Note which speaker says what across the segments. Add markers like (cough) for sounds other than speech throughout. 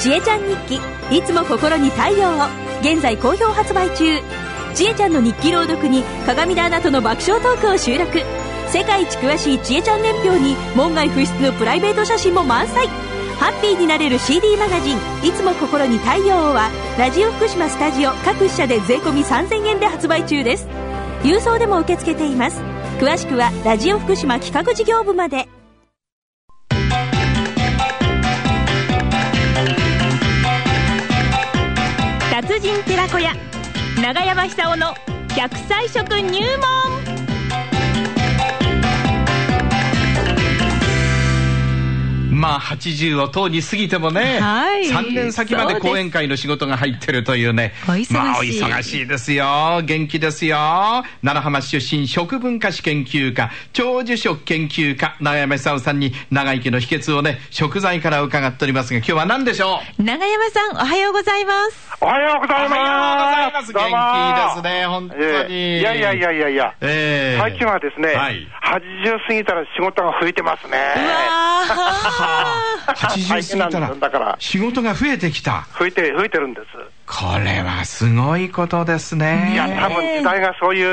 Speaker 1: ちえちゃん日記いつも心に太陽を現在好評発売中ちえちゃんの日記朗読に鏡田アナとの爆笑トークを収録世界一詳しいちえちゃん年表に門外不出のプライベート写真も満載ハッピーになれる CD マガジン「いつも心に太陽を」はラジオ福島スタジオ各支社で税込3000円で発売中です郵送でも受け付けています詳しくはラジオ福島企画事業部まで達人寺子屋長山久夫の百歳食入門
Speaker 2: まあ80をとうに過ぎてもね、
Speaker 3: はい
Speaker 2: 3年先まで講演会の仕事が入ってるというね
Speaker 3: お忙しい
Speaker 2: まあお忙しいですよ元気ですよ奈良浜市出身食文化史研究家長寿食研究家永山久夫さんに長生きの秘訣をね食材から伺っておりますが今日は何でしょう
Speaker 3: 長山さん、おはようございます。
Speaker 4: おはようございま
Speaker 2: お
Speaker 4: す。
Speaker 2: はようございます元気ですね
Speaker 4: どうも
Speaker 2: 本当に
Speaker 4: ええいやいやいやいやいや。
Speaker 2: ええ
Speaker 4: 最近はですね、
Speaker 2: はい
Speaker 4: 80過ぎたら仕事が増えてますね。
Speaker 3: うわ
Speaker 4: (laughs) 大変
Speaker 2: 80
Speaker 4: な
Speaker 2: 過ぎた
Speaker 4: んです
Speaker 2: ら
Speaker 4: よだから、
Speaker 2: 仕事が増えてきた
Speaker 4: 増えて、増えてるんです。
Speaker 2: これはすごいことですね
Speaker 4: いや、多分時代がそういう、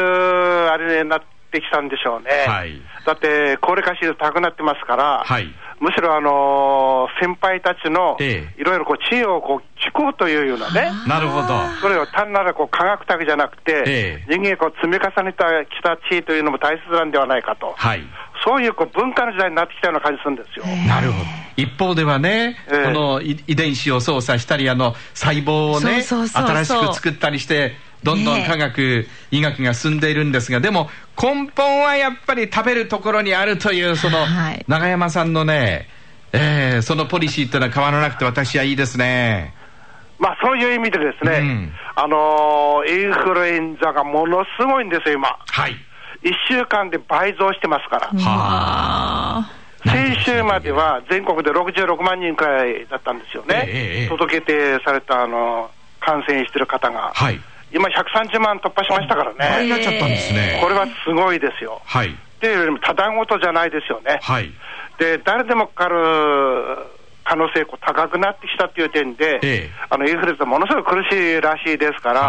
Speaker 4: あれになってきたんでしょうね。
Speaker 2: はい
Speaker 4: だって、高齢化指数高くなってますから、
Speaker 2: はい
Speaker 4: むしろあのー先輩たちの、
Speaker 2: ええ
Speaker 4: いろいろこう、知恵をこう、聞こうというようなね。
Speaker 2: なるほど
Speaker 4: それを単なるこう科学だけじゃなくて、
Speaker 2: ええ
Speaker 4: 人間がこう積み重ねたきた地位というのも大切なんではないかと、
Speaker 2: はい
Speaker 4: そういうこう文化の時代になってきたような感じするんですよ。
Speaker 2: なるほど。一方ではね、
Speaker 4: ええ
Speaker 2: このい遺伝子を操作したり、あの細胞をね
Speaker 3: そうそうそうそう
Speaker 2: 新しく作ったりして、どんどん科学、医学が進んでいるんですが、でも根本はやっぱり食べるところにあるという、その、
Speaker 3: はい
Speaker 2: 永山さんのね、ええそのポリシーというのは変わらなくて、私はいいですね。
Speaker 4: まあそういう意味でですね、
Speaker 2: うん
Speaker 4: あのーインフルエンザがものすごいんですよ、今。
Speaker 2: はい。
Speaker 4: 1週間で倍増してますから。
Speaker 2: は
Speaker 4: 先週までは全国で66万人くらいだったんですよね。
Speaker 2: ええええ
Speaker 4: 届けてされた、あのー感染してる方が。
Speaker 2: あ。はい。
Speaker 4: 今130万突破しましたから
Speaker 2: あれにな
Speaker 4: ね。
Speaker 2: っちゃったんですね。
Speaker 4: これはすごいですよ。
Speaker 2: はい。
Speaker 4: っていうよりも、ただごとじゃないですよね。
Speaker 2: はい。
Speaker 4: で、誰でもかかる可能性こう高くなってきたっていう点で、
Speaker 2: ええ
Speaker 4: あのインフルエンザ、ものすごく苦しいらしいですから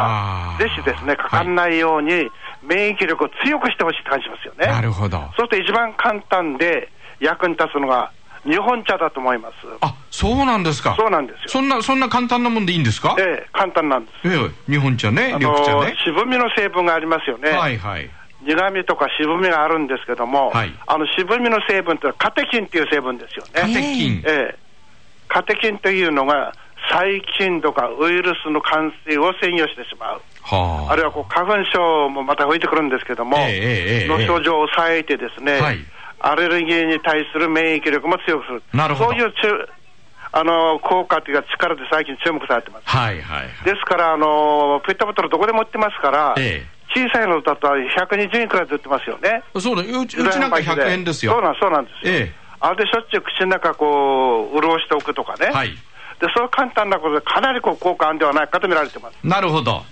Speaker 2: あ、ー
Speaker 4: ぜひですね、かかんないように、免疫力を強くしてほしいって感じますよね。
Speaker 2: なるほど。
Speaker 4: そうすると一番簡単で役に立つのが、日本茶だと思います。
Speaker 2: あ、そうなんですか。
Speaker 4: そうなんですよ
Speaker 2: そんな、そんな簡単なもんでいいんですか
Speaker 4: ええ、簡単なんです。
Speaker 2: ええ、日本茶ね、
Speaker 4: あ
Speaker 2: 緑
Speaker 4: の
Speaker 2: 茶ね。
Speaker 4: 渋みの成分がありますよね、
Speaker 2: はいはい。
Speaker 4: 苦みとか渋みがあるんですけども、
Speaker 2: はい
Speaker 4: あの渋みの成分というのはカテキンっていう成分ですよね。
Speaker 2: カテキン。
Speaker 4: ええ、カテキンというのが、細菌とかウイルスの感染を制御してしまう、
Speaker 2: はあ。
Speaker 4: あるいはこう花粉症もまた増えてくるんですけども、
Speaker 2: ええええええ
Speaker 4: の症状を抑えて、ですね、
Speaker 2: はい
Speaker 4: アレルギーに対する免疫力も強くする、
Speaker 2: なるほど
Speaker 4: そういうちゅあの効果というか、力で最近注目されてます。
Speaker 2: はいはいはい。
Speaker 4: ですから、あのペットボトル、どこでも売ってますから、
Speaker 2: え
Speaker 4: 小さいのだと120円くらいで売ってますよね。
Speaker 2: そうだ、うちうちなんか100円ですよ。
Speaker 4: そうなんそうなんですよ、
Speaker 2: ええ
Speaker 4: あれでしょっちゅう口の中こう潤しておくとかね、
Speaker 2: はい
Speaker 4: でそういう簡単なことで、かなりこう効果あるんではないかと見られてます。
Speaker 2: なるほど。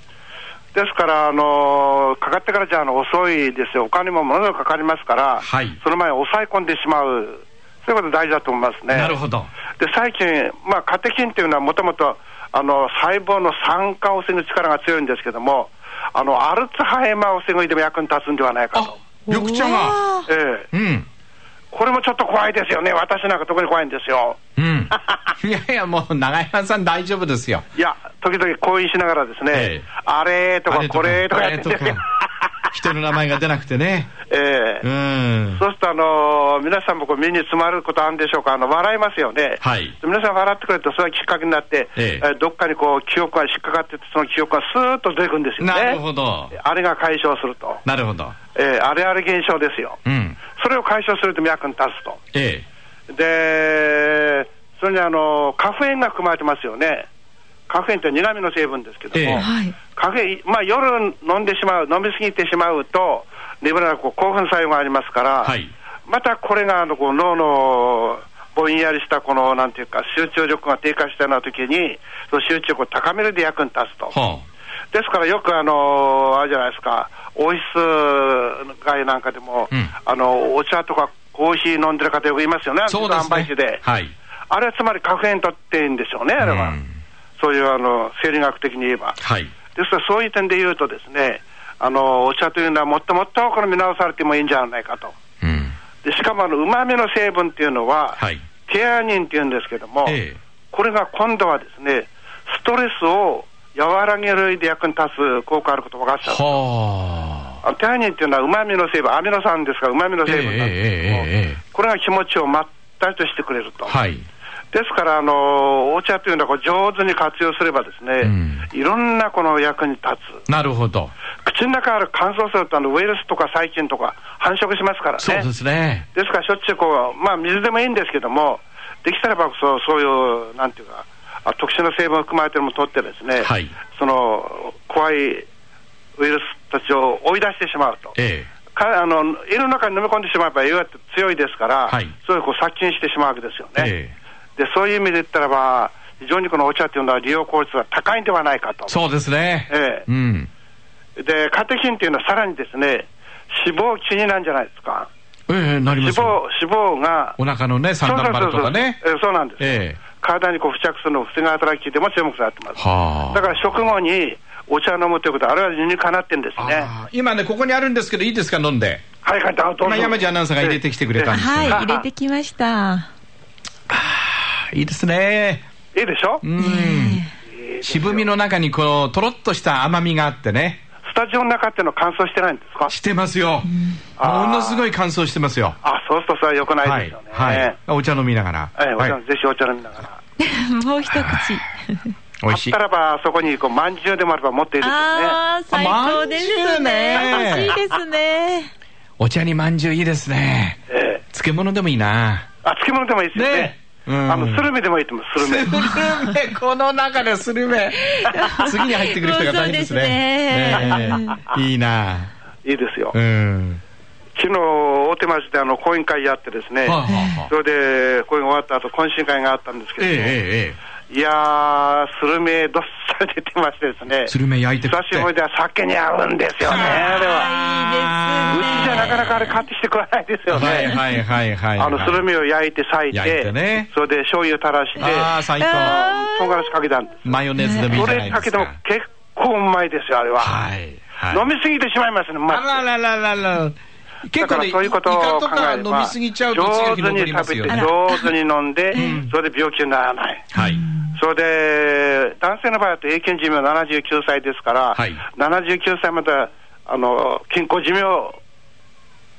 Speaker 4: ですから、あのーかかってからじゃあの遅いですよ、お金もものすごくかかりますから、
Speaker 2: はい
Speaker 4: その前に抑え込んでしまう、そういうこと大事だと思いますね。
Speaker 2: なるほど。
Speaker 4: で最近、まあ、カテキンというのはもともとあの細胞の酸化を防ぐ力が強いんですけども、あのアルツハイマーを防ぐ意味でも役に立つんではないか
Speaker 2: あ
Speaker 4: と。、
Speaker 2: 緑茶が。
Speaker 3: ー
Speaker 4: え
Speaker 2: う
Speaker 4: え
Speaker 2: ん。
Speaker 4: これもちょっと怖いですよね、私なんか特に怖いんですよ。
Speaker 2: うん。 (laughs) いやいや、もう、長山さん大丈夫ですよ。
Speaker 4: いや、時々講演しながらですね、
Speaker 2: ええ
Speaker 4: あれと
Speaker 2: あ
Speaker 4: かこれとか
Speaker 2: あ
Speaker 4: や
Speaker 2: れ
Speaker 4: って
Speaker 2: と
Speaker 4: んですよ
Speaker 2: か。人の名前が出なくてね。
Speaker 4: え
Speaker 2: う
Speaker 4: (laughs) え
Speaker 2: ん。
Speaker 4: そうすると、あのー皆さんもこう目に詰まることあるんでしょうか、あの笑いますよね、
Speaker 2: はい
Speaker 4: 皆さん笑ってくれると、それがきっかけになって、
Speaker 2: ええ
Speaker 4: えどっかにこう記憶が引っかかってて、その記憶がスーッと出てくるんですよね、
Speaker 2: なるほど。
Speaker 4: あれが解消すると、
Speaker 2: なるほど。
Speaker 4: ええあれあれ現象ですよ、
Speaker 2: うん。
Speaker 4: それを解消すると役に立つと。
Speaker 2: え
Speaker 4: で、それにあのカフェインが含まれてますよね、カフェインって苦味の成分ですけども、
Speaker 2: ええ
Speaker 3: はい
Speaker 4: カフェイン、まあ、夜飲んでしまう、飲みすぎてしまうと、眠らなくこう興奮作用がありますから、
Speaker 2: はい
Speaker 4: またこれがあのこう脳のぼんやりしたこのなんていうか、集中力が低下したような時に、その集中力を高めるで役に立つと。
Speaker 2: えは
Speaker 4: ですからよくあのあれじゃないですか、オフィス街なんかでも、
Speaker 2: うん
Speaker 4: あのお茶とかコーヒー飲んでる方よくいますよね、
Speaker 2: あ。そうです
Speaker 4: 販売機
Speaker 2: ね
Speaker 4: で。。
Speaker 2: はい。
Speaker 4: あれはつまりカフェインとっていいんでしょうね、あれは。
Speaker 2: うん
Speaker 4: そういうあの生理学的に言えば。
Speaker 2: はい。
Speaker 4: ですから、そういう点で言うとですね、あのお茶というのはもっともっとこれ見直されてもいいんじゃないかと。
Speaker 2: うん。
Speaker 4: でしかもあの旨味の成分っていうのは、
Speaker 2: はい。
Speaker 4: テアニンっていうんですけども、
Speaker 2: ええ
Speaker 4: これが今度はですね、ストレスを和らげる意味で役に立つ効果あること分かっちゃう。
Speaker 2: はあ。
Speaker 4: あのテアニンっていうのはうまみの成分、アミノ酸ですからうまみの
Speaker 2: え
Speaker 4: 成
Speaker 2: ええ
Speaker 4: 分なんですけども、
Speaker 2: えええ
Speaker 4: これが気持ちをまったりとしてくれると。
Speaker 2: はい。
Speaker 4: ですから、あのお茶というのはこう上手に活用すればですね、
Speaker 2: うん
Speaker 4: いろんなこの役に立つ。
Speaker 2: なるほど。
Speaker 4: 口の中ある乾燥するとあのウイルスとか細菌とか繁殖しますからね。
Speaker 2: そうですね。
Speaker 4: ですからしょっちゅうこう、まあ、水でもいいんですけども、できたらばそうそういう、なんていうか、あ特殊な成分を含まれてるものを取って、ですね、
Speaker 2: はい
Speaker 4: その怖いウイルスたちを追い出してしまうと、
Speaker 2: え
Speaker 4: かあの胃の中に飲み込んでしまえば、栄養って強いですから、
Speaker 2: はい
Speaker 4: そういうこう殺菌してしまうわけですよ
Speaker 2: え
Speaker 4: ね。
Speaker 2: ええ
Speaker 4: でそういう意味で言ったらば、非常にこのお茶というのは利用効率が高いんではないかと。
Speaker 2: そうですね。
Speaker 4: ええ
Speaker 2: うん。
Speaker 4: で、カテキンというのはさらにですね、脂肪気になんじゃないですか。
Speaker 2: ええなり
Speaker 4: 脂
Speaker 2: ますよ。
Speaker 4: 肪、脂肪が
Speaker 2: お腹のね、三段腹とかね。
Speaker 4: そうそうそうそうえーそうなんです、
Speaker 2: ええ
Speaker 4: 体にこう付着するのを防ぐ働きでも注目されてます。
Speaker 2: はあ。
Speaker 4: だから食後にお茶を飲むということは、あれは理にかなってんですね。
Speaker 2: ああ今ね、ここにあるんですけど、いいですか、飲んで。
Speaker 4: はい、はい、どうぞ。
Speaker 2: 今山地アナウンサーが入れてきてくれたんですけど
Speaker 3: はい、入れてきました。
Speaker 2: いいですね。
Speaker 4: ええいいでしょ、
Speaker 2: うん。渋みの中に、こう、とろっとした甘みがあってね。
Speaker 4: スタジオの中っていうのは乾燥してないんですか
Speaker 2: してますよ。ものすごい乾燥してますよ。
Speaker 4: あ、そうするとそれは良くない
Speaker 2: は
Speaker 4: です
Speaker 2: い
Speaker 4: よね。。
Speaker 2: はい。お茶飲みながら。
Speaker 4: ええお
Speaker 2: は
Speaker 4: 茶
Speaker 2: い。
Speaker 4: ぜひお茶飲みながら。
Speaker 3: もう一口。
Speaker 2: 美
Speaker 4: あっ
Speaker 2: 味しい
Speaker 4: た。らば、そこにこう、まんじゅうでもあれば持っていいですよね。
Speaker 3: ああ、最高です
Speaker 2: まんじゅうね
Speaker 3: ね。欲しいですね。
Speaker 2: お茶にまんじゅういいですね。
Speaker 4: ええ
Speaker 2: 漬物でもいいな。
Speaker 4: あ、漬物でもいいですよね。
Speaker 2: ねうん
Speaker 4: あの、スルメでもいいと思う、スル
Speaker 2: スル
Speaker 4: メ。
Speaker 2: メ、この中でスル
Speaker 4: (laughs)
Speaker 2: メ。次に入ってくる人が大変ですね。
Speaker 3: そう
Speaker 2: ねえいいな。
Speaker 4: いいですよ。
Speaker 2: うん。
Speaker 4: 昨日、大手町であの、講演会やってですね、
Speaker 2: はあはあはあ
Speaker 4: それで、これが終わった後、懇親会があったんですけ
Speaker 2: え
Speaker 4: ど
Speaker 2: え
Speaker 4: も、
Speaker 2: えええ
Speaker 4: いやー、スルメどっさり出てましてですね、
Speaker 2: え。スルメ焼いて食
Speaker 4: 久
Speaker 2: って
Speaker 4: しぶりでは酒に合うんですよね、あれは。
Speaker 3: あ
Speaker 4: う
Speaker 3: ー
Speaker 4: ちじゃなかなかあれ買ってきてくれないですよね。
Speaker 2: はいはいはいはい。
Speaker 4: あの、スルメを焼いて裂いて、
Speaker 2: 焼いてね
Speaker 4: それで醤油垂らして、
Speaker 2: ああ、最高。
Speaker 3: あ
Speaker 4: 唐辛子かけたんで
Speaker 2: マヨネーズでもい
Speaker 4: す。
Speaker 2: い
Speaker 4: そ
Speaker 2: じゃな
Speaker 4: れ
Speaker 2: い
Speaker 4: だ
Speaker 2: です
Speaker 4: けでも
Speaker 2: か。
Speaker 4: 結構うまいですよ、あれは。
Speaker 2: はい。はい
Speaker 4: 飲みすぎてしまいますね、ま
Speaker 2: あららららら。結構
Speaker 4: だから
Speaker 2: ね、
Speaker 4: そういうことを
Speaker 2: イカ
Speaker 4: 考
Speaker 2: とか
Speaker 4: えれ
Speaker 2: 飲み
Speaker 4: ば、
Speaker 2: すぎちゃうと次の日残
Speaker 4: 上手に
Speaker 2: りま
Speaker 4: 食
Speaker 2: す
Speaker 4: べ
Speaker 2: よ
Speaker 4: て、
Speaker 2: ね。
Speaker 4: 上手に飲んで、それで病気にならない。
Speaker 2: はい。
Speaker 4: それで、男性の場合だと平均寿命79歳ですから、
Speaker 2: はい
Speaker 4: 79歳まであの健康寿命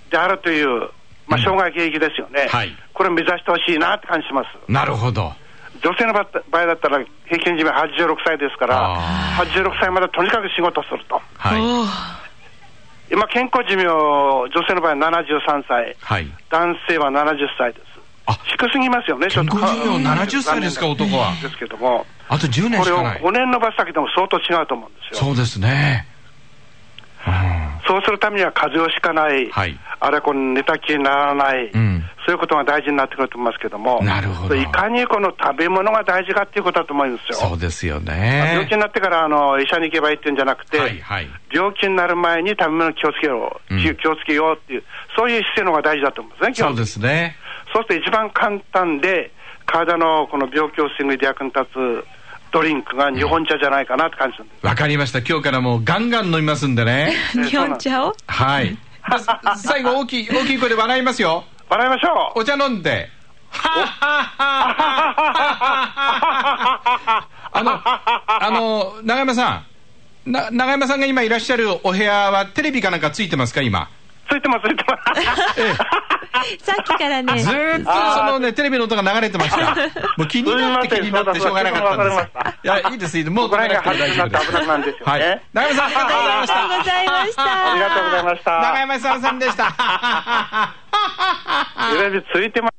Speaker 4: であるという、まあ、障害現役ですよね、
Speaker 2: はい
Speaker 4: これを目指してほしいなって感じします。
Speaker 2: なるほど。
Speaker 4: 女性の場合だったら、平均寿命86歳ですから、
Speaker 2: あ
Speaker 4: 86歳までとにかく仕事すると。
Speaker 2: はい。
Speaker 4: 今、健康寿命、女性の場合は73歳、
Speaker 2: はい。
Speaker 4: 男性は70歳です。
Speaker 2: あ
Speaker 4: 低すぎますよね、ちょっと。
Speaker 2: 健康寿命70歳ですか男は
Speaker 4: ですけども。
Speaker 2: あと10年
Speaker 4: こ
Speaker 2: し
Speaker 4: れを
Speaker 2: かない。
Speaker 4: 5年伸ばすだけでも相当違うと思うんですよ。
Speaker 2: そうですね。うん
Speaker 4: そうするためには風邪をひかない、
Speaker 2: はい
Speaker 4: あれはこの寝たきりにならない、
Speaker 2: うん
Speaker 4: そういうことが大事になってくると思いますけども、
Speaker 2: なるほど
Speaker 4: それいかにこの食べ物が大事かっていうことだと思いますよ。
Speaker 2: そうですよ
Speaker 4: 病気
Speaker 2: ね。
Speaker 4: になってからあの医者に行けばいいっていうんじゃなくて、
Speaker 2: はいはい。
Speaker 4: 病気になる前に食べ物気をつけよ
Speaker 2: う
Speaker 4: う、
Speaker 2: ん
Speaker 4: 気をつけようっていう、そういう姿勢の方が大事だと思うんですね、基
Speaker 2: そ
Speaker 4: 本
Speaker 2: う
Speaker 4: 的に
Speaker 2: ですね。
Speaker 4: そうすると一番簡単で、体のこの病気を防ぐで役に立つドリンクが日本茶じゃないかなって感じるんです。
Speaker 2: わかりました。今日からもうガンガン飲みますんでね。
Speaker 3: 日本茶を
Speaker 2: はい。で
Speaker 4: (laughs)
Speaker 2: 最後大きい、大きい声で笑いますよ。
Speaker 4: 笑いましょう
Speaker 2: お茶飲んで。あの、あの、長山さん。な、長山さんが今いらっしゃるお部屋はテレビかなんかついてますか、今。
Speaker 4: (laughs) ついてます、ついて
Speaker 2: (laughs)
Speaker 4: ます。 (laughs)
Speaker 3: さっきからね。
Speaker 2: ずーっとそのね、テレビの音が流れてました。もう気になって
Speaker 4: す
Speaker 2: 気
Speaker 4: いませ
Speaker 2: になっ
Speaker 4: ん
Speaker 2: てしょうがなかったんです
Speaker 4: わか
Speaker 2: いや、いいです、いいです。もう
Speaker 4: ここら
Speaker 2: 取ら
Speaker 4: 辺
Speaker 2: な
Speaker 4: が
Speaker 2: くて
Speaker 4: 外
Speaker 2: 大丈夫
Speaker 4: になって
Speaker 2: です
Speaker 4: 危。なくなるんですよ
Speaker 2: は
Speaker 4: ね。
Speaker 2: い。長山さん、ありがとうございまし
Speaker 3: ありがとうご
Speaker 2: た。
Speaker 3: ざいました。
Speaker 4: ありがとうござい
Speaker 2: 長山
Speaker 4: ました。
Speaker 2: さんでした。
Speaker 4: テレビついてます。